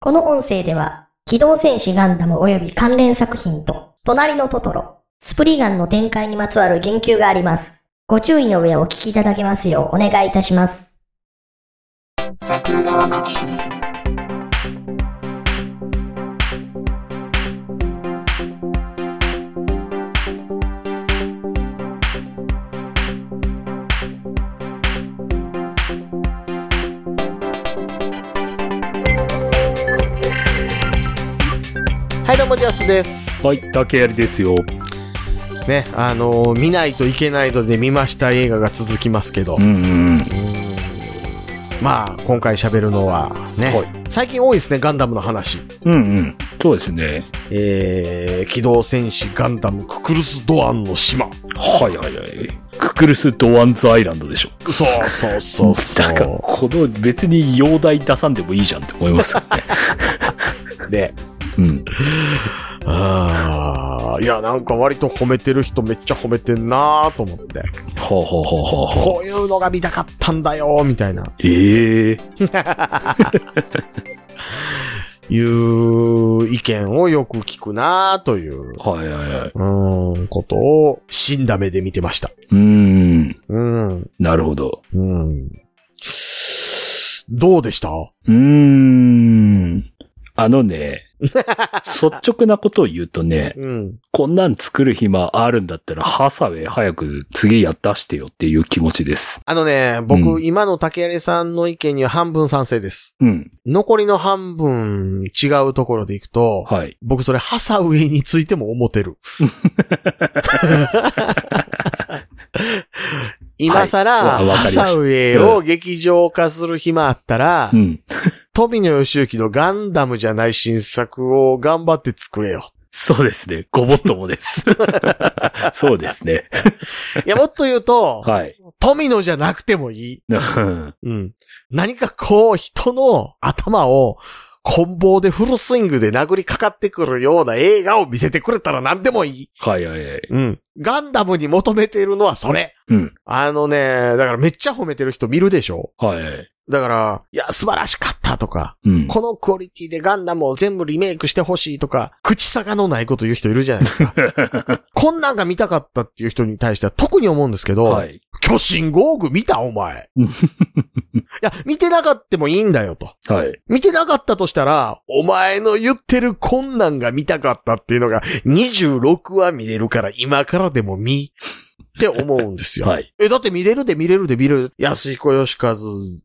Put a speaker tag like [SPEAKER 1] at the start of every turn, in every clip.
[SPEAKER 1] この音声では、機動戦士ガンダム及び関連作品と、隣のトトロ、スプリガンの展開にまつわる言及があります。ご注意の上お聞きいただけますようお願いいたします。
[SPEAKER 2] 桜川マキシム
[SPEAKER 3] はいどうもジャスです
[SPEAKER 4] はい、竹槍ですよ。
[SPEAKER 3] ねあのー見ないといけないので見ました映画が続きますけど、
[SPEAKER 4] んうん。
[SPEAKER 3] まあ今回喋るのは
[SPEAKER 4] ごい
[SPEAKER 3] ね最近多いですねガンダムの話
[SPEAKER 4] うんうん。そうですね。
[SPEAKER 3] えー、機動戦士ガンダムククルス・ドアンの島
[SPEAKER 4] はいはいはい。ククルス・ドワンズ・アイランドでしょ。
[SPEAKER 3] そうそうそうそ
[SPEAKER 4] だから、この別に容体出さんでもいいじゃんって思い ますよね。
[SPEAKER 3] うで
[SPEAKER 4] うん。
[SPEAKER 3] あーいやなんか割と褒めてる人めっちゃ褒めてんなーと思って
[SPEAKER 4] ほうほうほうほうほう。
[SPEAKER 3] こういうのが見たかったんだよーみたいな
[SPEAKER 4] ええ
[SPEAKER 3] いう意見をよく聞くなーという
[SPEAKER 4] はいはいはい。
[SPEAKER 3] うーん、ことを、死んだ目で見てました。
[SPEAKER 4] うーん。
[SPEAKER 3] うん、
[SPEAKER 4] なるほど。
[SPEAKER 3] うん。どうでした
[SPEAKER 4] うーん。あの ね、率直なことを言うとね、
[SPEAKER 3] うん。
[SPEAKER 4] こんなん作る暇あるんだったら、ハサウェイ早く次やったしてよっていう気持ちです。
[SPEAKER 3] あのね、僕、
[SPEAKER 4] うん
[SPEAKER 3] 今の竹谷さんの意見には半分賛成です。
[SPEAKER 4] うん。
[SPEAKER 3] 残りの半分違うところでいくと、
[SPEAKER 4] はい。
[SPEAKER 3] 僕それ、ハサウェイについても思って る。今更、
[SPEAKER 4] はいわわ
[SPEAKER 3] ハ
[SPEAKER 4] かりました
[SPEAKER 3] サウェイを劇場化する暇あったら、
[SPEAKER 4] うん。
[SPEAKER 3] 富野義行のガンダムじゃない新作を頑張って作れよ。
[SPEAKER 4] そうですね。ごもっとも です。そうですね。
[SPEAKER 3] いや、もっと言うと、
[SPEAKER 4] はい。
[SPEAKER 3] 富野じゃなくてもいい。
[SPEAKER 4] うん
[SPEAKER 3] うん。何かこう、人の頭を、棍棒でフルスイングで殴りかかってくるような映画を見せてくれたら何でもいい。
[SPEAKER 4] はいはいはい。
[SPEAKER 3] うん。ガンダムに求めているのはそれ。
[SPEAKER 4] うん。
[SPEAKER 3] あのね、だからめっちゃ褒めてる人見るでしょ
[SPEAKER 4] はいはい。
[SPEAKER 3] だから、いや、素晴らしかったとか、
[SPEAKER 4] うん。
[SPEAKER 3] このクオリティでガンダムを全部リメイクしてほしいとか、口差がのないこと言う人いるじゃないですか。こんなんが見たかったっていう人に対しては特に思うんですけど、
[SPEAKER 4] はい。
[SPEAKER 3] 巨神ゴーグ見たお 前。いや、見てなかったもいいんだよと。
[SPEAKER 4] はい。
[SPEAKER 3] 見てなかったとしたら、お前の言ってる困難が見たかったっていうのが、26話見れるから今からでも見。って思うんですよ。
[SPEAKER 4] はい。
[SPEAKER 3] え、だって見れるで見れるで見れる。安彦義和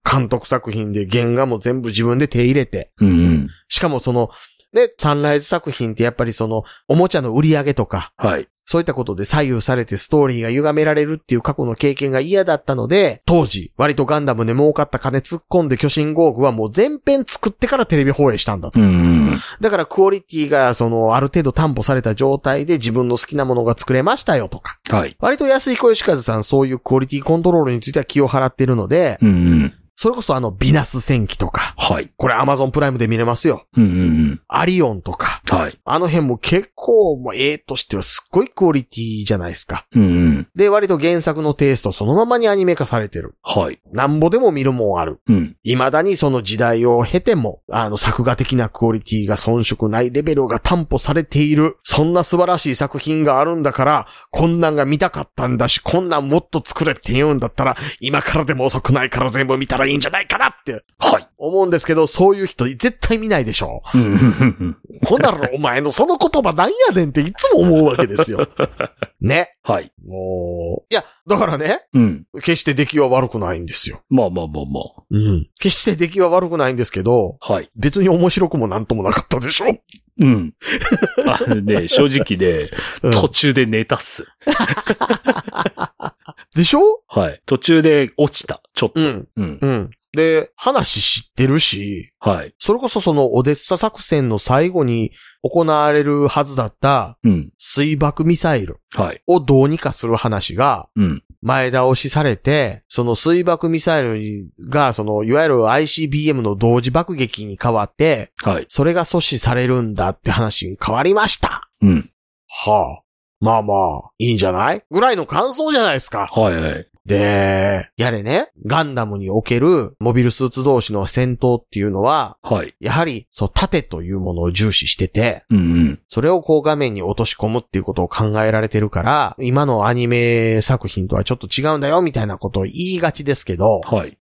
[SPEAKER 3] 監督作品で原画も全部自分で手入れて。
[SPEAKER 4] うんうん。
[SPEAKER 3] しかもその、ね、サンライズ作品ってやっぱりその、おもちゃの売り上げとか、
[SPEAKER 4] はい。
[SPEAKER 3] そういったことで左右されてストーリーが歪められるっていう過去の経験が嫌だったので、当時、割とガンダムで儲かった金突っ込んで巨神ゴーグはもう全編作ってからテレビ放映したんだと。
[SPEAKER 4] うんうん。
[SPEAKER 3] だからクオリティがその、ある程度担保された状態で自分の好きなものが作れましたよとか。
[SPEAKER 4] はい。
[SPEAKER 3] 割と安井小義和さんそういうクオリティコントロールについては気を払ってるので、
[SPEAKER 4] うんうん。
[SPEAKER 3] それこそあの、ビナス戦記とか、
[SPEAKER 4] はい。
[SPEAKER 3] これ Amazon プライムで見れますよ。
[SPEAKER 4] うんうん
[SPEAKER 3] アリオンとか、
[SPEAKER 4] うん。はい。
[SPEAKER 3] あの辺も結構、もう絵としてはすっごいクオリティじゃないですか。
[SPEAKER 4] うんうん。
[SPEAKER 3] で、割と原作のテイストそのままにアニメ化されてる。
[SPEAKER 4] はい。
[SPEAKER 3] なんぼでも見るもんある。
[SPEAKER 4] うん。
[SPEAKER 3] 未だにその時代を経ても、あの作画的なクオリティが遜色ないレベルが担保されている。そんな素晴らしい作品があるんだから、こんなんが見たかったんだし、こんなんもっと作れって言うんだったら、今からでも遅くないから全部見たらいいんじゃないかなって
[SPEAKER 4] はい。
[SPEAKER 3] 思うんですけど、そういう人絶対見ないでしょ。
[SPEAKER 4] うんうんうんうん
[SPEAKER 3] ほんな らお前のその言葉なんやねんっていつも思うわけですよ。ね。
[SPEAKER 4] はい。
[SPEAKER 3] もう。いや、だからね、
[SPEAKER 4] うん。
[SPEAKER 3] 決して出来は悪くないんですよ。
[SPEAKER 4] まあまあまあま
[SPEAKER 3] うん。決して出来は悪くないんですけど、
[SPEAKER 4] あ。はい。
[SPEAKER 3] 別に面白くもなんともなかったでしょ、
[SPEAKER 4] うん。あの ね、正直ね、途中で寝たっす。
[SPEAKER 3] でしょ
[SPEAKER 4] はい。途中で落ちた。ちょっと。
[SPEAKER 3] ん。
[SPEAKER 4] うん。
[SPEAKER 3] うん。で、話知ってるし、
[SPEAKER 4] はい。
[SPEAKER 3] それこそそのオデッサ作戦の最後に行われるはずだった
[SPEAKER 4] うん。
[SPEAKER 3] 水爆ミサイル
[SPEAKER 4] はい。
[SPEAKER 3] をどうにかする話が
[SPEAKER 4] うん。
[SPEAKER 3] 前倒しされて、その水爆ミサイルがそのいわゆる ICBM の同時爆撃に変わって、
[SPEAKER 4] はい。
[SPEAKER 3] それが阻止されるんだって話に変わりました。
[SPEAKER 4] うん。
[SPEAKER 3] はあ。まあまあ、いいんじゃないぐらいの感想じゃないですか。
[SPEAKER 4] はいはい。
[SPEAKER 3] で、やれね、ガンダムにおけるモビルスーツ同士の戦闘っていうのは、
[SPEAKER 4] はい。
[SPEAKER 3] やはり、そう、盾というものを重視してて、
[SPEAKER 4] うんうん。
[SPEAKER 3] それをこう画面に落とし込むっていうことを考えられてるから、今のアニメ作品とはちょっと違うんだよみたいなことを言いがちですけど、
[SPEAKER 4] はい。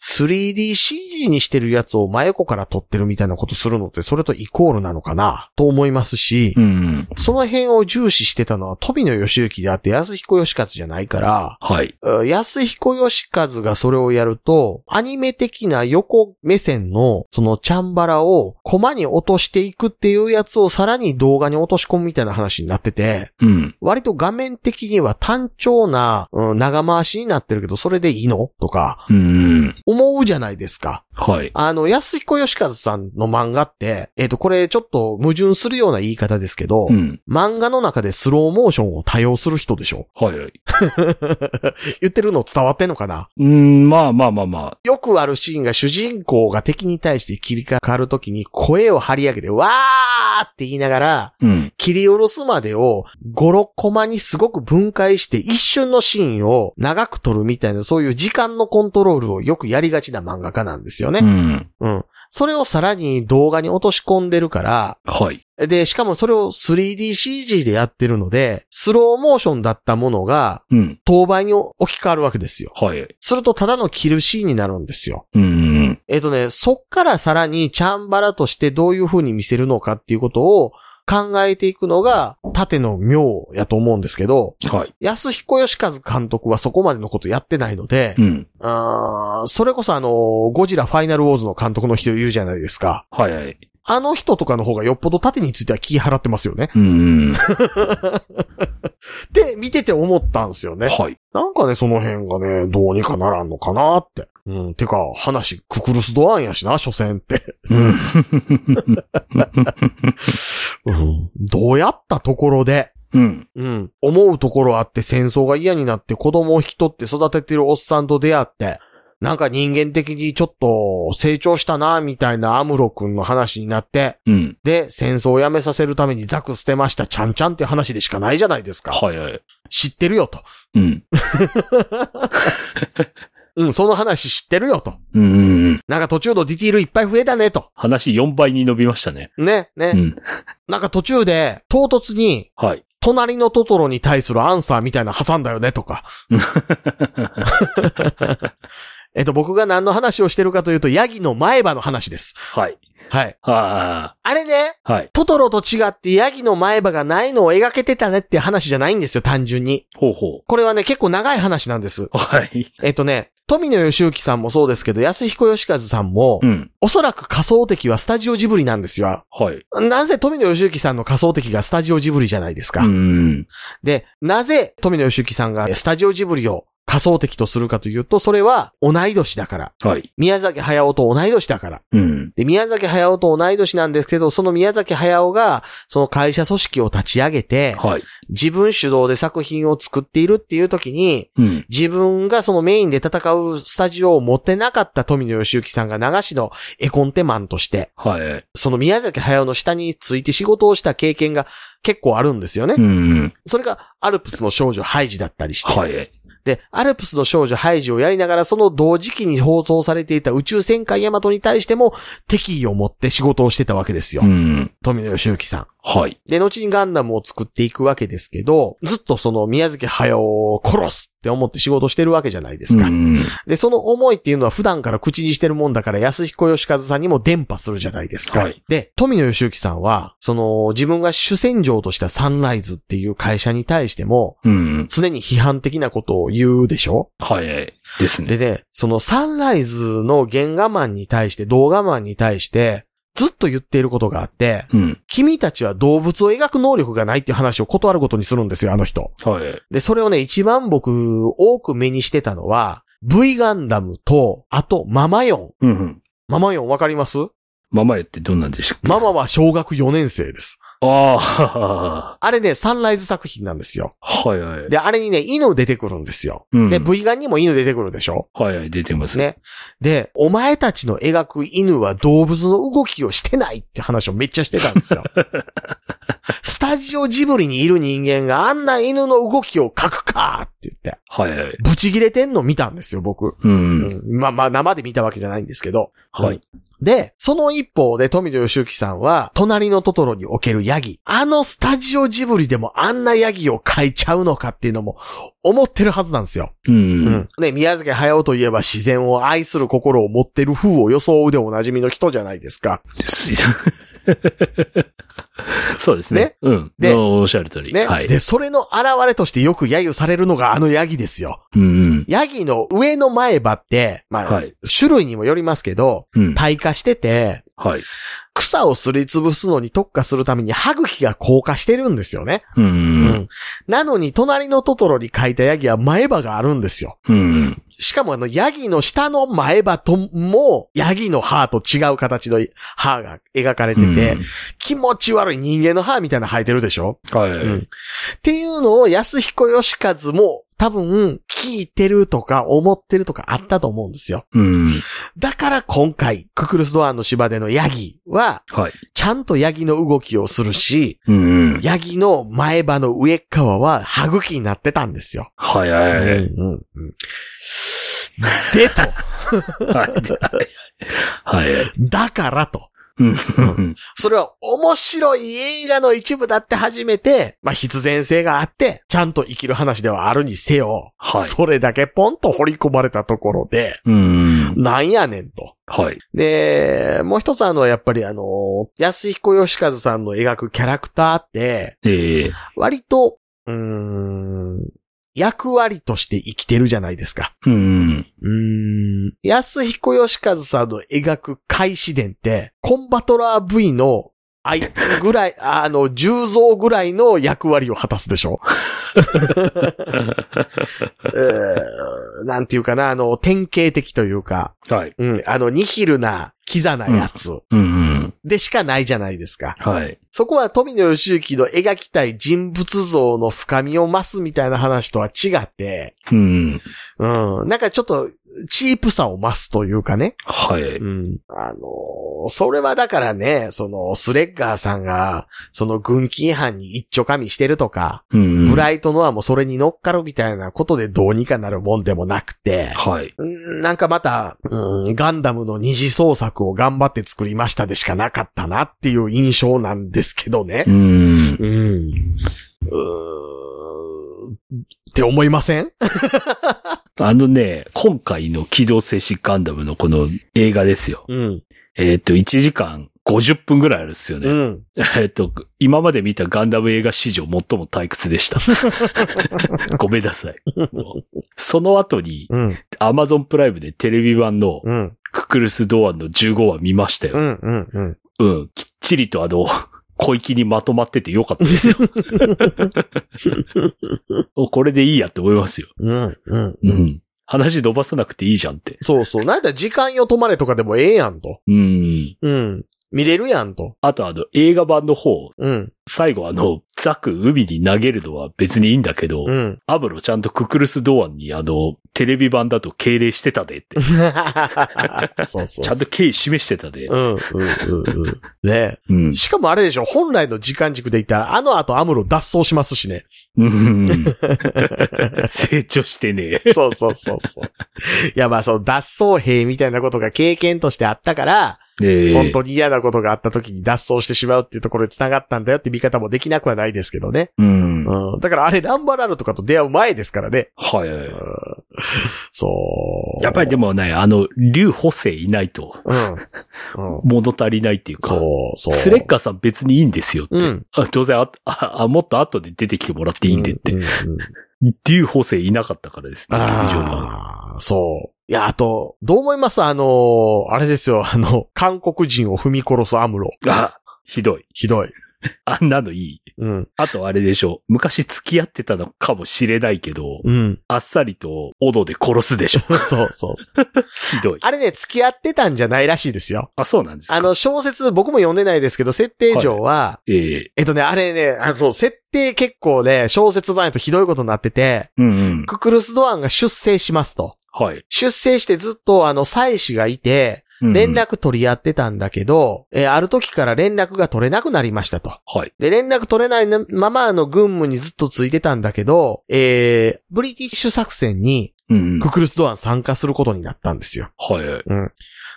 [SPEAKER 3] 3DCG にしてるやつを真横から撮ってるみたいなことするのってそれとイコールなのかなと思いますし、
[SPEAKER 4] うんうん。
[SPEAKER 3] その辺を重視してたのは富野義行であって安彦義和じゃないから、
[SPEAKER 4] はい。
[SPEAKER 3] うん安彦義和がそれをやると、アニメ的な横目線のそのチャンバラをコマに落としていくっていうやつをさらに動画に落とし込むみたいな話になってて、
[SPEAKER 4] うん。
[SPEAKER 3] 割と画面的には単調な、うん長回しになってるけど、それでいいのとか、
[SPEAKER 4] うんうん。
[SPEAKER 3] 思うじゃないですか。
[SPEAKER 4] はい。
[SPEAKER 3] あの、安彦義和さんの漫画って、えっ、と、これちょっと矛盾するような言い方ですけど、
[SPEAKER 4] うん。
[SPEAKER 3] 漫画の中でスローモーションを多用する人でしょ
[SPEAKER 4] はいはい。
[SPEAKER 3] 言ってるの伝わってんのかな
[SPEAKER 4] うん、まあまあまあまあ。
[SPEAKER 3] よくあるシーンが主人公が敵に対して切り替わるときに声を張り上げて、わーって言いながら、
[SPEAKER 4] うん。
[SPEAKER 3] 切り下ろすまでを5、6コマにすごく分解して一瞬のシーンを長く撮るみたいなそういう時間のコントロールをよくやりがちな漫画家なんですよね
[SPEAKER 4] う。ん。
[SPEAKER 3] うん。それをさらに動画に落とし込んでるから、
[SPEAKER 4] はい。
[SPEAKER 3] で、しかもそれを 3DCG でやってるので、スローモーションだったものが、
[SPEAKER 4] うん。
[SPEAKER 3] 当倍に置き換わるわけですよ。
[SPEAKER 4] はい。
[SPEAKER 3] するとただのキルシーンになるんですよ。
[SPEAKER 4] うんうん。
[SPEAKER 3] えっ、とね、そっからさらにチャンバラとしてどういう風に見せるのかっていうことを考えていくのが縦の妙やと思うんですけど、
[SPEAKER 4] はい。
[SPEAKER 3] 安彦義和監督はそこまでのことやってないので、
[SPEAKER 4] うん。
[SPEAKER 3] あーそれこそあの、ゴジラファイナルウォーズの監督の人いるじゃないですか。
[SPEAKER 4] はいはい。
[SPEAKER 3] あの人とかの方がよっぽど縦については気払ってますよね。
[SPEAKER 4] うんうん。
[SPEAKER 3] って見てて思ったんですよね。
[SPEAKER 4] はい。
[SPEAKER 3] なんかね、その辺がね、どうにかならんのかなって。うん、てか、話、ククルスドアンやしな、所詮って。
[SPEAKER 4] うん。
[SPEAKER 3] うん、 どうやったところで、
[SPEAKER 4] うん。
[SPEAKER 3] うん、思うところあって戦争が嫌になって子供を引き取って育ててるおっさんと出会って、なんか人間的にちょっと成長したな、みたいなアムロ君の話になって、
[SPEAKER 4] うん。
[SPEAKER 3] で、戦争をやめさせるためにザク捨てました、ちゃんちゃんって話でしかないじゃないですか。
[SPEAKER 4] はいはい。
[SPEAKER 3] 知ってるよと。
[SPEAKER 4] うん。
[SPEAKER 3] うん、その話知ってるよと。
[SPEAKER 4] うんうんうん。
[SPEAKER 3] なんか途中のディティールいっぱい増えたねと。
[SPEAKER 4] 話4倍に伸びましたね。
[SPEAKER 3] ね、ね。
[SPEAKER 4] うん。
[SPEAKER 3] なんか途中で、唐突に、
[SPEAKER 4] はい。
[SPEAKER 3] 隣のトトロに対するアンサーみたいなの挟んだよねと か。えっと、僕が何の話をしてるかというと、ヤギの前歯の話です。
[SPEAKER 4] はい。
[SPEAKER 3] はい。
[SPEAKER 4] あ
[SPEAKER 3] あれね、
[SPEAKER 4] あ。はい。
[SPEAKER 3] トトロと違ってヤギの前歯がないのを描けてたねって話じゃないんですよ、単純に。
[SPEAKER 4] ほうほ
[SPEAKER 3] これはね、結構長い話なんです。
[SPEAKER 4] う。はい。
[SPEAKER 3] えっとね、富野義行さんもそうですけど、安彦義和さんも、
[SPEAKER 4] うん。
[SPEAKER 3] おそらく仮想敵はスタジオジブリなんですよ。
[SPEAKER 4] はい。
[SPEAKER 3] なぜ富野義行さんの仮想敵がスタジオジブリじゃないですか。
[SPEAKER 4] うん。
[SPEAKER 3] で、なぜ富野義行さんがスタジオジブリを仮想敵とするかというと、それは同い年だから。
[SPEAKER 4] はい。
[SPEAKER 3] 宮崎駿と同い年だから。
[SPEAKER 4] うん。
[SPEAKER 3] で、宮崎駿と同い年なんですけど、その宮崎駿が、その会社組織を立ち上げて、
[SPEAKER 4] はい。
[SPEAKER 3] 自分主導で作品を作っているっていう時に、
[SPEAKER 4] うん。
[SPEAKER 3] 自分がそのメインで戦うスタジオを持ってなかった富野義行さんが流しの絵コンテマンとして、
[SPEAKER 4] はい。
[SPEAKER 3] その宮崎駿の下について仕事をした経験が結構あるんですよね。
[SPEAKER 4] うん。
[SPEAKER 3] それがアルプスの少女ハイジだったりして。
[SPEAKER 4] はい。
[SPEAKER 3] で、アルプスの少女ハイジをやりながら、その同時期に放送されていた宇宙戦艦ヤマトに対しても敵意を持って仕事をしてたわけですよ。
[SPEAKER 4] うん。
[SPEAKER 3] 富野義行さん。
[SPEAKER 4] はい。
[SPEAKER 3] で、後にガンダムを作っていくわけですけど、ずっとその宮崎駿を殺すって思って仕事してるわけじゃないです
[SPEAKER 4] う
[SPEAKER 3] か。
[SPEAKER 4] ん。
[SPEAKER 3] で、その思いっていうのは普段から口にしてるもんだから、安彦義和さんにも伝播するじゃないですか。
[SPEAKER 4] はい
[SPEAKER 3] で、富野義行さんは、その、自分が主戦場としたサンライズっていう会社に対しても、
[SPEAKER 4] うん。
[SPEAKER 3] 常に批判的なことを言うでしょ
[SPEAKER 4] はい。です
[SPEAKER 3] で
[SPEAKER 4] ね。
[SPEAKER 3] ね、そのサンライズの原画マンに対して、動画マンに対して、ずっと言っていることがあって、
[SPEAKER 4] うん。
[SPEAKER 3] 君たちは動物を描く能力がないっていう話を断ることにするんですよ、あの人。
[SPEAKER 4] はい。
[SPEAKER 3] で、それをね、一番僕、多く目にしてたのは、V ガンダムと、あと、ママヨン。
[SPEAKER 4] うんうん。
[SPEAKER 3] ママヨンわかります
[SPEAKER 4] ママエってどんなんでしたっけ
[SPEAKER 3] ママは小学4年生です。
[SPEAKER 4] あ
[SPEAKER 3] あれね、サンライズ作品なんですよ。
[SPEAKER 4] あ。はいはい。
[SPEAKER 3] で、あれにね、犬出てくるんですよ。
[SPEAKER 4] うん
[SPEAKER 3] で、V ガンにも犬出てくるでしょ
[SPEAKER 4] はいはい、出てます。
[SPEAKER 3] ね。で、お前たちの 描く犬は動物の動きをしてないって話をめっちゃしてたんですよ。スタジオジブリにいる人間があんな犬の動きを描くかって言って、
[SPEAKER 4] はいはい。
[SPEAKER 3] ブチギレてんの見たんですよ、僕。
[SPEAKER 4] う。
[SPEAKER 3] うんん、まあまあ生で見たわけじゃないんですけど。
[SPEAKER 4] はい。
[SPEAKER 3] で、その一方で富野義行さんは、隣のトトロにおけるヤギ。あのスタジオジブリでもあんなヤギを描いちゃうのかっていうのも思ってるはずなんですよ。
[SPEAKER 4] う。
[SPEAKER 3] うんん。ね、宮崎駿といえば自然を愛する心を持ってる風を装うでおなじみの人じゃないですか。
[SPEAKER 4] ですよそうですね
[SPEAKER 3] ね。
[SPEAKER 4] うん。
[SPEAKER 3] で
[SPEAKER 4] おっしゃる通り。
[SPEAKER 3] ね。
[SPEAKER 4] はい。
[SPEAKER 3] で、それの現れとしてよく揶揄されるのがあのヤギですよ。
[SPEAKER 4] うん。
[SPEAKER 3] ヤギの上の前歯って、まあ、
[SPEAKER 4] はい
[SPEAKER 3] 種類にもよりますけど、
[SPEAKER 4] うん。
[SPEAKER 3] 退化してて、
[SPEAKER 4] はい。
[SPEAKER 3] 草をすりつぶすのに特化するために歯茎が硬化してるんですよね。
[SPEAKER 4] う。
[SPEAKER 3] うんなのに、隣のトトロに書いたヤギは前歯があるんですよ。
[SPEAKER 4] うん。
[SPEAKER 3] しかもあの、ヤギの下の前歯とも、ヤギの歯と違う形の歯が描かれてて、気持ち悪い人間の歯みたいなの生えてるでしょ
[SPEAKER 4] うん。は
[SPEAKER 3] うん
[SPEAKER 4] い。
[SPEAKER 3] っていうのを安彦義和も多分聞いてるとか思ってるとかあったと思うんですよ。
[SPEAKER 4] うん。
[SPEAKER 3] だから今回、ククルスドアンの芝でのヤギは、
[SPEAKER 4] はい。
[SPEAKER 3] ちゃんとヤギの動きをするし、
[SPEAKER 4] うん。
[SPEAKER 3] ヤギの前歯の上っ側は歯茎になってたんですよ。
[SPEAKER 4] はいは
[SPEAKER 3] うん
[SPEAKER 4] いはい。
[SPEAKER 3] うんうんでと、
[SPEAKER 4] はい。はい。
[SPEAKER 3] だからと。
[SPEAKER 4] うん。
[SPEAKER 3] それは面白い映画の一部だって初めて、まあ必然性があって、ちゃんと生きる話ではあるにせよ、
[SPEAKER 4] はい
[SPEAKER 3] それだけポンと掘り込まれたところで、
[SPEAKER 4] うん。
[SPEAKER 3] なんやねんと。
[SPEAKER 4] はい。
[SPEAKER 3] で、もう一つあの、やっぱりあの、安彦義和さんの描くキャラクターって、
[SPEAKER 4] ええ。
[SPEAKER 3] 割と、うーん、役割として生きてるじゃないですか。
[SPEAKER 4] うん。
[SPEAKER 3] うーん、安彦義和さんの描く開始伝って、コンバトラー V のあいつぐらい、 あの、重蔵ぐらいの役割を果たすでしょ うーんなんていうかな、あの、典型的というか、
[SPEAKER 4] はい。
[SPEAKER 3] うん、あの、ニヒルな、キザなやつ
[SPEAKER 4] うん。
[SPEAKER 3] でしかないじゃないですか。
[SPEAKER 4] はい。
[SPEAKER 3] そこは富野義行の描きたい人物像の深みを増すみたいな話とは違って、
[SPEAKER 4] うん。
[SPEAKER 3] うん、なんかちょっと、チープさを増すというかね。
[SPEAKER 4] はい。
[SPEAKER 3] うん。あのーそれはだからね、その、スレッガーさんが、その軍規違反に一丁噛みしてるとか、
[SPEAKER 4] うん。
[SPEAKER 3] ブライトノアもそれに乗っかるみたいなことでどうにかなるもんでもなくて、
[SPEAKER 4] はい。
[SPEAKER 3] うんなんかまた、うんガンダムの二次創作を頑張って作りましたでしかなかったなっていう印象なんですけどね
[SPEAKER 4] う。ん。
[SPEAKER 3] うん。うーんって思いません
[SPEAKER 4] あのね、今回の機動戦士ガンダムのこの映画ですよ。
[SPEAKER 3] うん。
[SPEAKER 4] えっと、1時間50分ぐらいあるっすよ
[SPEAKER 3] う
[SPEAKER 4] ね。
[SPEAKER 3] ん。
[SPEAKER 4] えっと、今まで見たガンダム映画史上最も退屈でした。 ごめんなさい。もうその後に、
[SPEAKER 3] うん。
[SPEAKER 4] アマゾンプライムでテレビ版の
[SPEAKER 3] うん。
[SPEAKER 4] ククルス・ドアンの15話見ました
[SPEAKER 3] う
[SPEAKER 4] よ。
[SPEAKER 3] ん。うん。うん。
[SPEAKER 4] うん。きっちりとあの、 小粋にまとまっててよかっ たですよ。これでいいやって思いますよ。
[SPEAKER 3] うん。うん。
[SPEAKER 4] う。ん。話伸ばさなくていいじゃんって。
[SPEAKER 3] そうそう。なんだ時間よ止まれとかでもええやんと。
[SPEAKER 4] うん。
[SPEAKER 3] うん。見れるやんと。
[SPEAKER 4] あとあの、映画版の方、
[SPEAKER 3] うん。
[SPEAKER 4] 最後あの、ザク海に投げるのは別にいいんだけど、
[SPEAKER 3] うん。
[SPEAKER 4] アブロちゃんとククルス・ドアンにあの、テレビ版だと敬礼してたでって。
[SPEAKER 3] そうそう。
[SPEAKER 4] ちゃんと。敬意示してたで
[SPEAKER 3] う。ん。うん。うん。うん。ね
[SPEAKER 4] うん。
[SPEAKER 3] しかもあれでしょ、本来の時間軸で言ったら、あの後アムロ脱走しますしね。
[SPEAKER 4] うん。成長してねえ。
[SPEAKER 3] そうそうそうそう。 いや、まあ、その脱走兵みたいなことが経験としてあったから、
[SPEAKER 4] え え
[SPEAKER 3] 本当に嫌なことがあった時に脱走してしまうっていうところに繋がったんだよって見方もできなくはないですけどね。
[SPEAKER 4] うん。は
[SPEAKER 3] うん。だからあれ、ランバラルとかと出会う前ですからね。
[SPEAKER 4] いはい。
[SPEAKER 3] そう。
[SPEAKER 4] やっぱりでもね、あの、竜補正いないと
[SPEAKER 3] うん。うん。
[SPEAKER 4] 物足りないっていうか、
[SPEAKER 3] そう、そう。
[SPEAKER 4] スレッガーさん別にいいんですよって。
[SPEAKER 3] うん
[SPEAKER 4] あ当然あ あ、あもっと後で出てきてもらっていいんでって。
[SPEAKER 3] うんうんうん
[SPEAKER 4] 竜補正いなかったからですね、劇場版。
[SPEAKER 3] ああ、そう。いや、あと、どう思いますあのー、あれですよ、あの、韓国人を踏み殺すアムロ。
[SPEAKER 4] あ、ひどい。
[SPEAKER 3] ひどい。
[SPEAKER 4] あんなのいい。
[SPEAKER 3] うん。
[SPEAKER 4] あとあれでしょ。昔付き合ってたのかもしれないけど、
[SPEAKER 3] うん。
[SPEAKER 4] あっさりと、斧で殺すでしょ。
[SPEAKER 3] そうそう。
[SPEAKER 4] ひどい。
[SPEAKER 3] あれね、付き合ってたんじゃないらしいですよ。
[SPEAKER 4] あ、そうなんですか。
[SPEAKER 3] あの、小説、僕も読んでないですけど、設定上は、
[SPEAKER 4] ええ
[SPEAKER 3] えっとね、あれね、あそう、設定結構ね、小説版やとひどいことになってて、
[SPEAKER 4] うんうん。
[SPEAKER 3] ククルスドアンが出征しますと。
[SPEAKER 4] はい。
[SPEAKER 3] 出征してずっとあの、妻子がいて、
[SPEAKER 4] うん
[SPEAKER 3] 連。絡取り合ってたんだけど、えーある時から連絡が取れなくなりましたと。
[SPEAKER 4] はい。
[SPEAKER 3] で、連絡取れないなままあの軍務にずっとついてたんだけど、えー、ブリティッシュ作戦に
[SPEAKER 4] うん。
[SPEAKER 3] ククルスドアン参加することになったんですよ。
[SPEAKER 4] はいはい。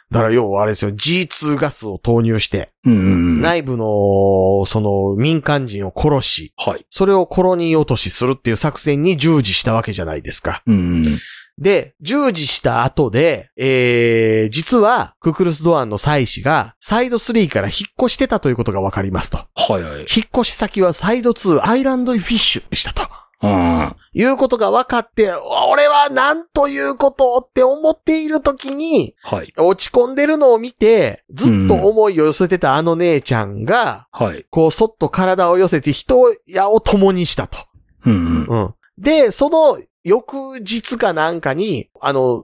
[SPEAKER 3] だから要はあれですよ、G2 ガスを投入して、
[SPEAKER 4] うんうんうん。
[SPEAKER 3] 内部の、その民間人を殺し、
[SPEAKER 4] はい。
[SPEAKER 3] それをコロニー落としするっていう作戦に従事したわけじゃないですか。
[SPEAKER 4] うんうん。
[SPEAKER 3] で、従事した後で、えー、実は、ククルスドアンの妻子が、サイド3から引っ越してたということがわかりますと。
[SPEAKER 4] はいは
[SPEAKER 3] 引
[SPEAKER 4] い。
[SPEAKER 3] っ越し先はサイド2アイランドフィッシュでしたと。
[SPEAKER 4] うん。
[SPEAKER 3] いうことが分かって、俺はなんということをって思っている時に、
[SPEAKER 4] はい。
[SPEAKER 3] 落ち込んでるのを見て、ずっと思いを寄せてたあの姉ちゃんが、
[SPEAKER 4] はい。
[SPEAKER 3] こう、そっと体を寄せて人やを共にしたと。
[SPEAKER 4] うんうん。
[SPEAKER 3] うん。で、その翌日かなんかに、あの、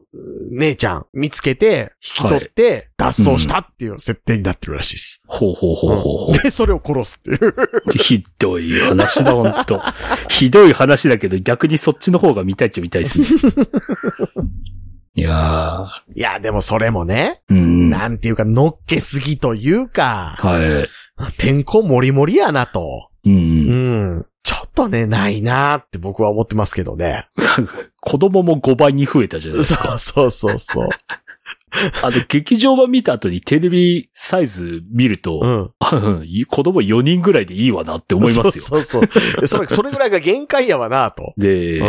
[SPEAKER 3] 姉ちゃん見つけて、引き取って、脱走したっていう設定になってるらしいです。
[SPEAKER 4] ほうほうほうほうほう。
[SPEAKER 3] で、それを殺すっていう。
[SPEAKER 4] ひどい話だ、ほんと。 ひどい話だけど、逆にそっちの方が見たいっちゃ見たい ですね。いやー。
[SPEAKER 3] いや、でもそれもね、
[SPEAKER 4] うん。は
[SPEAKER 3] なんていうか、乗っけすぎというか、
[SPEAKER 4] い。
[SPEAKER 3] てんこもりもりやなと。
[SPEAKER 4] う。
[SPEAKER 3] うんん。ちょっとね、ないなーって僕は思ってますけどね。
[SPEAKER 4] 子供も5倍に増えたじゃないです
[SPEAKER 3] そ
[SPEAKER 4] か。
[SPEAKER 3] うそうそうそう。
[SPEAKER 4] あと、劇場版見た後にテレビサイズ見ると、
[SPEAKER 3] うん。
[SPEAKER 4] 子供4人ぐらいでいいわなって思いますよ。
[SPEAKER 3] そうそうそう。それ、それぐらいが限界やわなと。
[SPEAKER 4] で、
[SPEAKER 3] う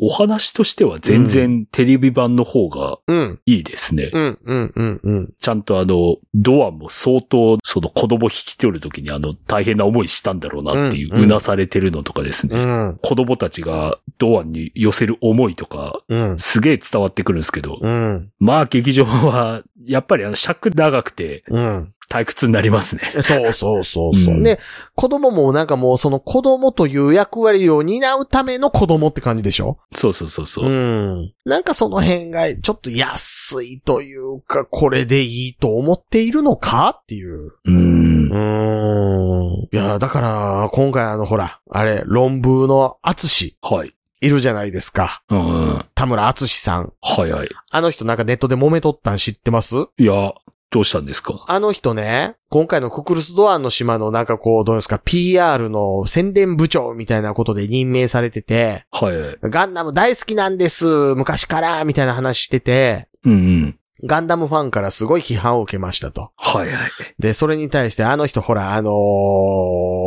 [SPEAKER 4] お話としては全然テレビ版の方が
[SPEAKER 3] ん。うん。
[SPEAKER 4] いいですね。
[SPEAKER 3] うん、うん、うん、うん。
[SPEAKER 4] ちゃんとあの、ドアも相当、その子供引き取るときにあの、大変な思いしたんだろうなっていう
[SPEAKER 3] う、んうん
[SPEAKER 4] うなされてるのとかですね。
[SPEAKER 3] うん、
[SPEAKER 4] 子供たちがドアに寄せる思いとか、
[SPEAKER 3] うん。
[SPEAKER 4] すげえ伝わってくるんですけど、
[SPEAKER 3] うん。
[SPEAKER 4] まあ劇場は、やっぱりあの、尺長くて
[SPEAKER 3] うん。
[SPEAKER 4] 退屈になりますね。
[SPEAKER 3] そうそうそうそう、
[SPEAKER 4] うん
[SPEAKER 3] で、子供もなんかもうその子供という役割を担うための子供って感じでしょ
[SPEAKER 4] そうそうそうそう。
[SPEAKER 3] ん。なんかその辺がちょっと安いというか、これでいいと思っているのかっていう。
[SPEAKER 4] うん。
[SPEAKER 3] ん。いや、だから、今回あのほら、あれ、論文の厚志
[SPEAKER 4] はい。
[SPEAKER 3] いるじゃないですか。
[SPEAKER 4] うんうん。
[SPEAKER 3] 田村厚志さん。
[SPEAKER 4] はいはい。
[SPEAKER 3] あの人なんかネットで揉めとったん知ってます
[SPEAKER 4] いや、どうしたんですか
[SPEAKER 3] あの人ね、今回のククルスドアンの島のなんかこう、どうですか、PR の宣伝部長みたいなことで任命されてて、
[SPEAKER 4] はいはい。
[SPEAKER 3] ガンダム大好きなんです、昔から、みたいな話してて、
[SPEAKER 4] うんうん。
[SPEAKER 3] ガンダムファンからすごい批判を受けましたと。
[SPEAKER 4] はいはい。
[SPEAKER 3] で、それに対してあの人ほら、あの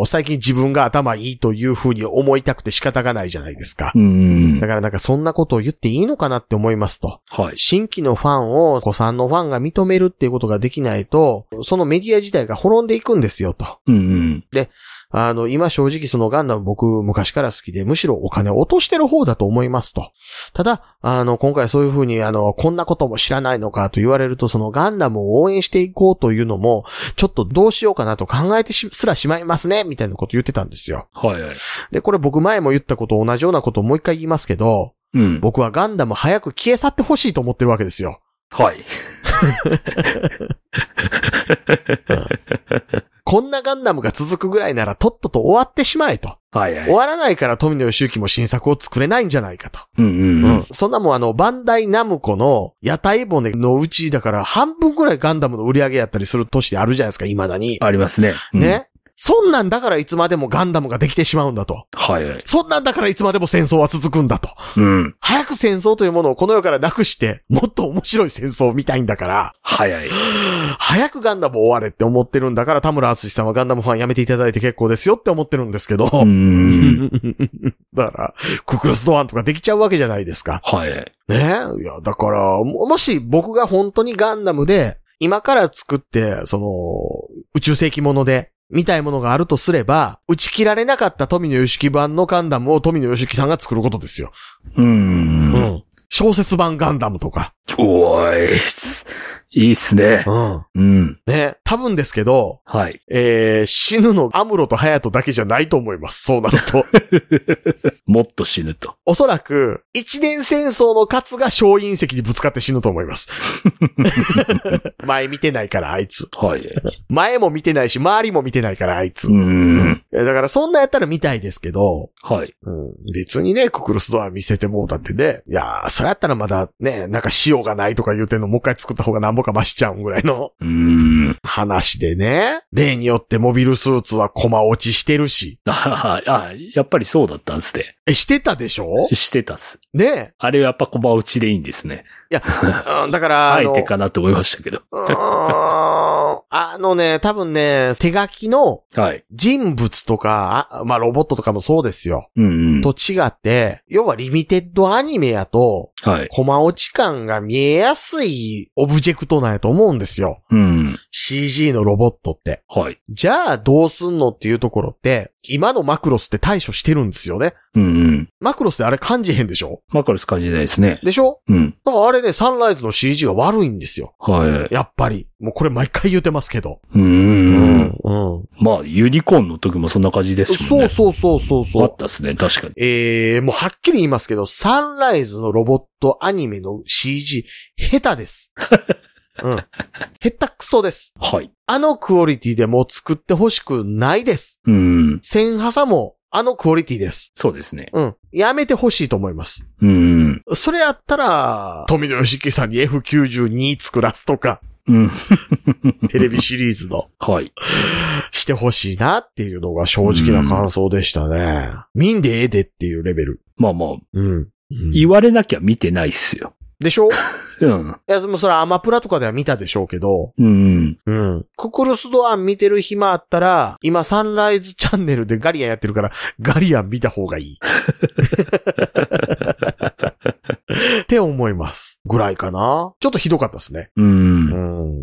[SPEAKER 3] ー最近自分が頭いいという風に思いたくて仕方がないじゃないですか
[SPEAKER 4] う。ん
[SPEAKER 3] だ。からなんかそんなことを言っていいのかなって思いますと。
[SPEAKER 4] はい。
[SPEAKER 3] 新規のファンを子さんのファンが認めるっていうことができないと、そのメディア自体が滅んでいくんですよと。
[SPEAKER 4] うんうん。
[SPEAKER 3] あの、今正直そのガンダム僕昔から好きで、むしろお金を落としてる方だと思いますと。ただ、あの、今回そういうふうに、あの、こんなことも知らないのかと言われると、そのガンダムを応援していこうというのも、ちょっとどうしようかなと考えてしすらしまいますね、みたいなこと言ってたんですよ。
[SPEAKER 4] はいはい。
[SPEAKER 3] で、これ僕前も言ったこと同じようなことをもう一回言いますけど、
[SPEAKER 4] うん。
[SPEAKER 3] 僕はガンダム早く消え去ってほしいと思ってるわけですよ。
[SPEAKER 4] はい。
[SPEAKER 3] こんなガンダムが続くぐらいならとっとと終わってしまえと。
[SPEAKER 4] はいは
[SPEAKER 3] 終
[SPEAKER 4] い。
[SPEAKER 3] わらないから富野義行も新作を作れないんじゃないかと。
[SPEAKER 4] うんうんうん。
[SPEAKER 3] そんなもんあの、バンダイナムコの屋台骨のうちだから半分ぐらいガンダムの売り上げやったりする都市であるじゃないですか、未だに。
[SPEAKER 4] ありますね。うん。
[SPEAKER 3] ね。そんなんだからいつまでもガンダムができてしまうんだと。
[SPEAKER 4] はいはい。
[SPEAKER 3] そんなんだからいつまでも戦争は続くんだと。
[SPEAKER 4] うん。
[SPEAKER 3] 早く戦争というものをこの世からなくして、もっと面白い戦争を見たいんだから、
[SPEAKER 4] はいはい。
[SPEAKER 3] 早くガンダムを終われって思ってるんだから、田村敦さんはガンダムファンやめていただいて結構ですよって思ってるんですけど。
[SPEAKER 4] うんうんうん。
[SPEAKER 3] だから、ククルスドアンとかできちゃうわけじゃないですか。
[SPEAKER 4] はいはい。
[SPEAKER 3] ねいや、だから、ももし僕が本当にガンダムで、今から作って、その、宇宙世紀もので、見たいものがあるとすれば、打ち切られなかった富野由樹版のガンダムを富野由樹さんが作ることですよ。
[SPEAKER 4] うんうんうん。
[SPEAKER 3] ん。小説版ガンダムとか。
[SPEAKER 4] おーい。すいいっすね。
[SPEAKER 3] ん。
[SPEAKER 4] うん。
[SPEAKER 3] ね多分ですけど、
[SPEAKER 4] はい。
[SPEAKER 3] えー、死ぬのアムロとハヤトだけじゃないと思います。そうなると。
[SPEAKER 4] もっと死ぬと。
[SPEAKER 3] おそらく、一年戦争のカツが小隕石にぶつかって死ぬと思います。前見てないから、あいつ。
[SPEAKER 4] はい。
[SPEAKER 3] 前も見てないし、周りも見てないから、あいつ。
[SPEAKER 4] うん。
[SPEAKER 3] えだから、そんなやったら見たいですけど、
[SPEAKER 4] はい。
[SPEAKER 3] うん別にね、ククルスドア見せてもうたってね、いやー、それやったらまだね、なんか塩がないとか言うてんのもう一回作った方がなんぼかましちゃうんぐらいの
[SPEAKER 4] うーん。
[SPEAKER 3] 話でね。例によってモビルスーツはコマ落ちしてるし。
[SPEAKER 4] あははあ、やっぱりそうだったんすね。
[SPEAKER 3] え、してたでしょ
[SPEAKER 4] してたっす。
[SPEAKER 3] ね
[SPEAKER 4] あれはやっぱ駒落ちでいいんですね。
[SPEAKER 3] え。うんだから、
[SPEAKER 4] あ
[SPEAKER 3] あ
[SPEAKER 4] え
[SPEAKER 3] の
[SPEAKER 4] てかなと思いましたけど。
[SPEAKER 3] うーんあのね、多分ね、手書きの
[SPEAKER 4] はい。
[SPEAKER 3] 人物とか、あまあロボットとかもそうですよ。
[SPEAKER 4] うん、うん。
[SPEAKER 3] と違って、要はリミテッドアニメやと、
[SPEAKER 4] はい。
[SPEAKER 3] コマ落ち感が見えやすいオブジェクトなんやと思うんですよ。
[SPEAKER 4] うん。
[SPEAKER 3] CG のロボットって。
[SPEAKER 4] はい。
[SPEAKER 3] じゃあどうすんのっていうところって、今のマクロスって対処してるんですよね。
[SPEAKER 4] うんうん。
[SPEAKER 3] マクロスってあれ感じへんでしょ
[SPEAKER 4] マカロス感じないですね。
[SPEAKER 3] でしょ
[SPEAKER 4] うん。
[SPEAKER 3] だからあれね、サンライズの CG が悪いんですよ。
[SPEAKER 4] は
[SPEAKER 3] やっぱり。もうこれ毎回言ってますけど。
[SPEAKER 4] い。う
[SPEAKER 3] う
[SPEAKER 4] んうんうん。。
[SPEAKER 3] うん。
[SPEAKER 4] まあ、ユニコーンの時もそんな感じですもん
[SPEAKER 3] そう
[SPEAKER 4] ね。
[SPEAKER 3] そうそうそうそ
[SPEAKER 4] あ
[SPEAKER 3] う
[SPEAKER 4] っ。たっすね、確かに。
[SPEAKER 3] えー、もうはっきり言いますけど、サンライズのロボットアニメの CG、下手 です。うん。下手くそです。
[SPEAKER 4] はい。
[SPEAKER 3] あのクオリティでもう作ってほしくないです。
[SPEAKER 4] うん。
[SPEAKER 3] 千ハサも、あのクオリティです。
[SPEAKER 4] そうですね。
[SPEAKER 3] うん。やめてほしいと思います。
[SPEAKER 4] うん。
[SPEAKER 3] それやったら、富野義樹さんに F92 作らすとか、
[SPEAKER 4] うん。
[SPEAKER 3] テレビシリーズの、
[SPEAKER 4] はい。
[SPEAKER 3] してほしいなっていうのが正直な感想でしたね。見んでええでっていうレベル。
[SPEAKER 4] まあまあ、
[SPEAKER 3] うん。
[SPEAKER 4] 言われなきゃ見てないっすよ。
[SPEAKER 3] でしょ
[SPEAKER 4] うん。
[SPEAKER 3] いや、でもそれアマプラとかでは見たでしょうけど、
[SPEAKER 4] うん。
[SPEAKER 3] うん。ククルスドアン見てる暇あったら、今サンライズチャンネルでガリアンやってるから、ガリアン見た方がい い。って思います。ぐらいかな。ちょっとひどかったですね。
[SPEAKER 4] うん
[SPEAKER 3] う。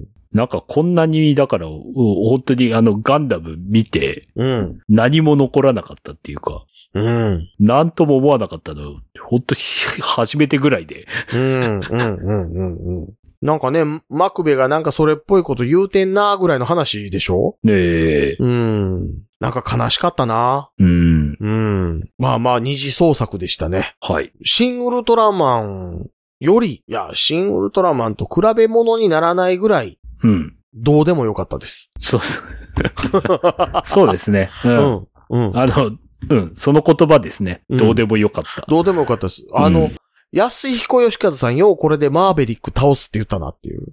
[SPEAKER 3] ん。
[SPEAKER 4] なんかこんなに、だから、う本当にあのガンダム見て
[SPEAKER 3] うん。
[SPEAKER 4] 何も残らなかったっていうか、
[SPEAKER 3] うん。
[SPEAKER 4] なんとも思わなかったの、本当に初めてぐらいで。
[SPEAKER 3] うん。うん。うん。うん。うん。なんかね、マクベがなんかそれっぽいこと言うてんなぐらいの話でしょ
[SPEAKER 4] ねえ。
[SPEAKER 3] うん。なんか悲しかったな。
[SPEAKER 4] うん。
[SPEAKER 3] うん。まあまあ、二次創作でしたね。
[SPEAKER 4] はい。
[SPEAKER 3] シン・ウルトラマンより、いや、シン・ウルトラマンと比べ物にならないぐらい、
[SPEAKER 4] うん。
[SPEAKER 3] どうでもよかったです。
[SPEAKER 4] そう、 そうですね。う。
[SPEAKER 3] うんん。うん。
[SPEAKER 4] あの、うん。その言葉ですね。
[SPEAKER 3] うん
[SPEAKER 4] どうでもよかった。
[SPEAKER 3] どうでもよかったです。
[SPEAKER 4] ん
[SPEAKER 3] あの、安井彦義和さん、ようこれでマーベリック倒すって言ったなっていう。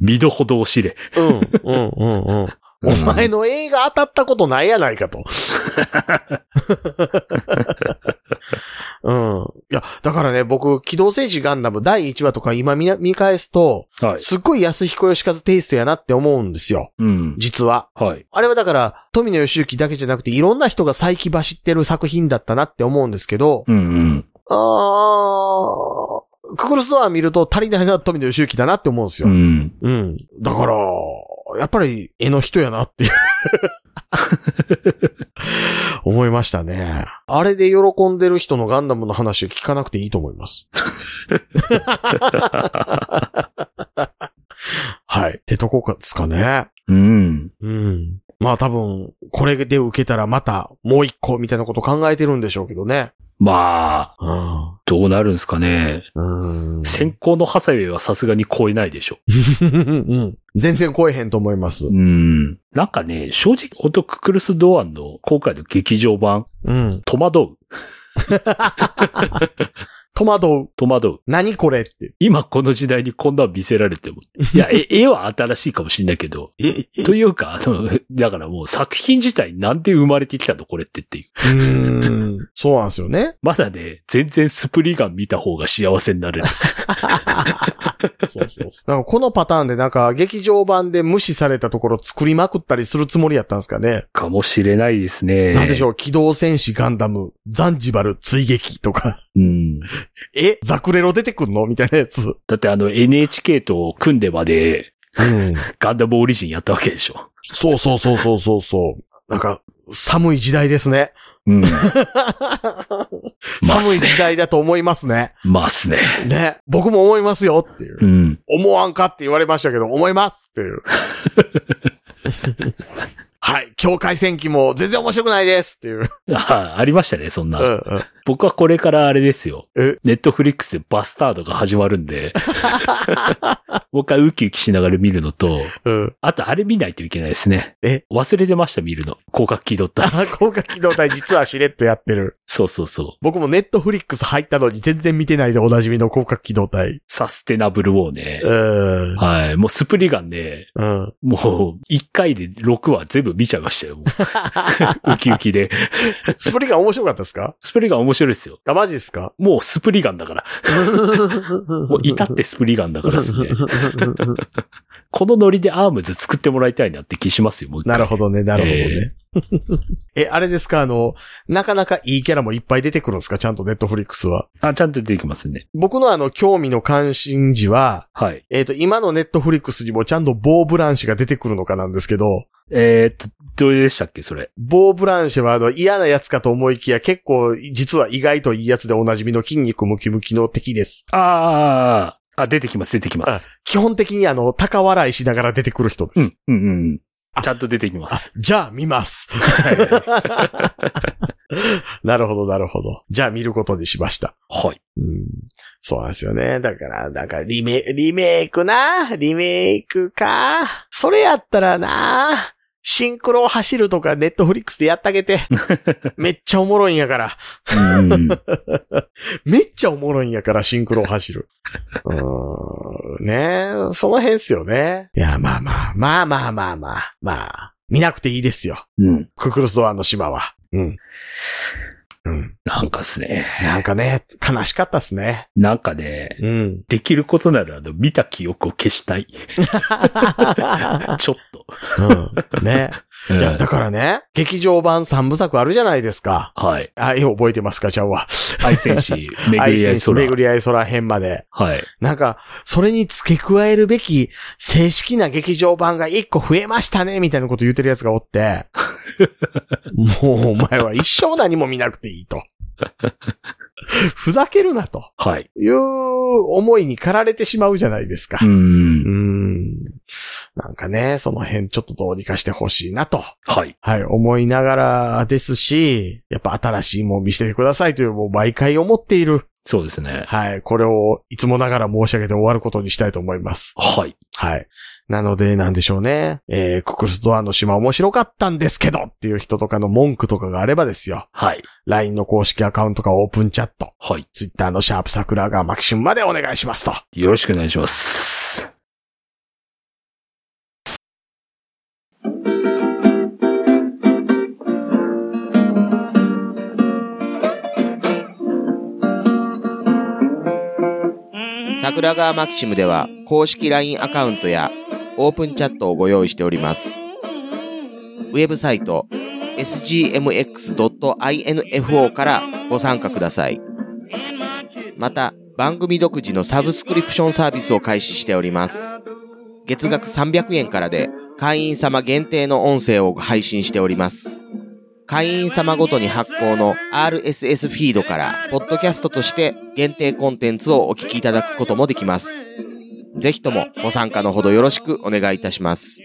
[SPEAKER 4] 見どほどを知れ。
[SPEAKER 3] うん、うん、うん、うん。お前の映画当たったことないやないかと。うん。いや、だからね、僕、機動戦士ガンダム第1話とか今見な見返すと、
[SPEAKER 4] はい。
[SPEAKER 3] すっごい安彦義和テイストやなって思うんですよ。
[SPEAKER 4] うん。
[SPEAKER 3] 実は。
[SPEAKER 4] はい。
[SPEAKER 3] あれはだから、富野義行だけじゃなくて、いろんな人が再起走ってる作品だったなって思うんですけど、
[SPEAKER 4] うんうん。
[SPEAKER 3] あー、ククルスドア見ると足りないな富野義行だなって思うんです
[SPEAKER 4] う
[SPEAKER 3] よ。
[SPEAKER 4] ん。
[SPEAKER 3] うん。だから、やっぱり絵の人やなっていう思いましたね。あれで喜んでる人のガンダムの話を聞かなくていいと思います。はい。ってとこかですかね。
[SPEAKER 4] うん。
[SPEAKER 3] うん。まあ多分、これで受けたらまたもう一個みたいなこと考えてるんでしょうけどね。
[SPEAKER 4] まあ、
[SPEAKER 3] うん。
[SPEAKER 4] どうなるんすかね。
[SPEAKER 3] うん。
[SPEAKER 4] 先行のハサウェイはさすがに超えないでしょ。
[SPEAKER 3] うん。全然超えへんと思います。
[SPEAKER 4] うん。なんかね、正直、ほんとククルス・ドアンの今回の劇場版、
[SPEAKER 3] うん。
[SPEAKER 4] 戸惑う。
[SPEAKER 3] 戸惑う。
[SPEAKER 4] 戸惑う。
[SPEAKER 3] 何これって。
[SPEAKER 4] 今この時代にこんなん見せられて も。いや、え絵は新しいかもしんないけ ど。というか、あの、だからもう作品自体なんで生まれてきたのこれってっていう。
[SPEAKER 3] うん。そうなんですよね。
[SPEAKER 4] まだね、全然スプリガン見た方が幸せになれる。
[SPEAKER 3] そうそうなんかこのパターンでなんか劇場版で無視されたところ作りまくったりするつもりやったんですかね。
[SPEAKER 4] かもしれないですね。
[SPEAKER 3] なんでし
[SPEAKER 4] ょ
[SPEAKER 3] ょう、機動戦士ガンダム、ザンジバル追撃とか、
[SPEAKER 4] う。うん。
[SPEAKER 3] え、ザクレロ出てくんのみたいなやつ。う
[SPEAKER 4] だってあの NHK と組んでまで
[SPEAKER 3] ん。
[SPEAKER 4] ガンダムオリジンやったわけでしょ。
[SPEAKER 3] そうそうそうそうそうそう。なんか、寒い時代ですね。
[SPEAKER 4] うん。まあっ
[SPEAKER 3] 寒い
[SPEAKER 4] すね。
[SPEAKER 3] 時代だと思いますね。
[SPEAKER 4] まあっすね。
[SPEAKER 3] ね。僕も思いますよっていう。
[SPEAKER 4] うん。
[SPEAKER 3] 思わんかって言われましたけど、思いますっていう。はい。境界戦記も全然面白くないですっていう。
[SPEAKER 4] ああ、ありましたね、そんな。
[SPEAKER 3] うんうん
[SPEAKER 4] 僕はこれからあれですよ。
[SPEAKER 3] え
[SPEAKER 4] ネットフリックスでバスタードが始まる んで、もう一回ウキウキしながら見るのと、
[SPEAKER 3] うん。
[SPEAKER 4] あとあれ見ないといけないですね。
[SPEAKER 3] え
[SPEAKER 4] 忘れてました、見るの。広角機動った。
[SPEAKER 3] あ、広角機動隊実はしれっとやってる。
[SPEAKER 4] そうそうそう。
[SPEAKER 3] 僕もネットフリックス入ったのに全然見てないでおなじみの広角機動隊。
[SPEAKER 4] サステナブルウォーね
[SPEAKER 3] う。ん。
[SPEAKER 4] はい。もうスプリガンね、
[SPEAKER 3] うん。
[SPEAKER 4] もう一回で6話全部見ちゃいましたよ。もうウキウキで。
[SPEAKER 3] スプリガン面白かったですか
[SPEAKER 4] スプリガン面白いですよ。
[SPEAKER 3] あ、マジです か
[SPEAKER 4] もうスプリガンだ から。も
[SPEAKER 3] も
[SPEAKER 4] う至ってスプリガンだからですね。 このノリでアームズ作ってもらいたいなって気しますよ、もう一回
[SPEAKER 3] なるほどね、なるほどね。えあれですかあの、なかなかいいキャラもいっぱい出てくるんですかちゃんとネットフリックスは。
[SPEAKER 4] あ、ちゃんと出てきますね。
[SPEAKER 3] 僕のあの、興味の関心事は、
[SPEAKER 4] はい。
[SPEAKER 3] えっ、と、今のネットフリックスにもちゃんとボー・ブランシェが出てくるのかなんですけど、
[SPEAKER 4] えー、っと、どれでしたっけ、それ。
[SPEAKER 3] ボー・ブランシェはあの、嫌なやつかと思いきや、結構、実は意外といいやつでおなじみの筋肉ムキムキの敵です。
[SPEAKER 4] あー、あ、出てきます、出てきます。
[SPEAKER 3] 基本的にあの、高笑いしながら出てくる人です。
[SPEAKER 4] うん、うん、うん。ちゃんと出てきます。
[SPEAKER 3] じゃあ、見ます。
[SPEAKER 4] は
[SPEAKER 3] なるほど、なるほど。じゃあ、見ることにしました。う
[SPEAKER 4] い。
[SPEAKER 3] んそうなんですよね。だから、なんか、リメ、リメイクな、リメイクか。それやったらな、シンクロを走るとか、ネットフリックスでやってあげて。めっちゃおもろいんやから。
[SPEAKER 4] うんうん、
[SPEAKER 3] めっちゃおもろいんやから、シンクロを走る。 うーん、ねえその辺っすよね。いや、まあまあ、まあまあまあまあ、まあ、見なくていいですよ。
[SPEAKER 4] うん。
[SPEAKER 3] ククルスドアの島は。うん。うん。
[SPEAKER 4] なんかっすね。
[SPEAKER 3] なんかね、悲しかったっすね。
[SPEAKER 4] なんかね、
[SPEAKER 3] うん。
[SPEAKER 4] できることなら、あの、見た記憶を消し たい。ちょっと。
[SPEAKER 3] うん。ね。いや、だからね、劇場版3部作あるじゃないですか。
[SPEAKER 4] はい。
[SPEAKER 3] あ、よ、覚えてますか、ちゃんは。
[SPEAKER 4] 愛戦士、めぐり合 い
[SPEAKER 3] 愛
[SPEAKER 4] 空
[SPEAKER 3] 巡。り合い空編まで。
[SPEAKER 4] はい。
[SPEAKER 3] なんか、それに付け加えるべき、正式な劇場版が1個増えましたね、みたいなこと言ってるやつがおって。もう、お前は一生何も見なくていいと。ふざけるな、と
[SPEAKER 4] はい。
[SPEAKER 3] いう思いに駆られてしまうじゃないですか
[SPEAKER 4] う。。
[SPEAKER 3] うんん。なんかね、その辺ちょっとどうにかしてほしいなと。
[SPEAKER 4] はい。
[SPEAKER 3] はい、思いながらですし、やっぱ新しいもん見せてくださいという、もう毎回思っている。
[SPEAKER 4] そうですね。
[SPEAKER 3] はい、これをいつもながら申し上げて終わることにしたいと思います。
[SPEAKER 4] はい。
[SPEAKER 3] はい。なので、なんでしょうね。えー、ククルスドアの島面白かったんですけどっていう人とかの文句とかがあればですよ。
[SPEAKER 4] はい。
[SPEAKER 3] LINE の公式アカウントかオープンチャット、
[SPEAKER 4] はい。
[SPEAKER 3] Twitter のシャープサクラがマキシムまでお願いしますと。
[SPEAKER 4] よろしくお願いします。
[SPEAKER 5] 桜川マキシムでは公式 LINE アカウントやオープンチャットをご用意しておりますウェブサイト sgmx.info からご参加くださいまた番組独自のサブスクリプションサービスを開始しております月額300円からで会員様限定の音声を配信しております会員様ごとに発行の RSS フィードから、ポッドキャストとして限定コンテンツをお聞きいただくこともできます。ぜひともご参加のほどよろしくお願いいたします。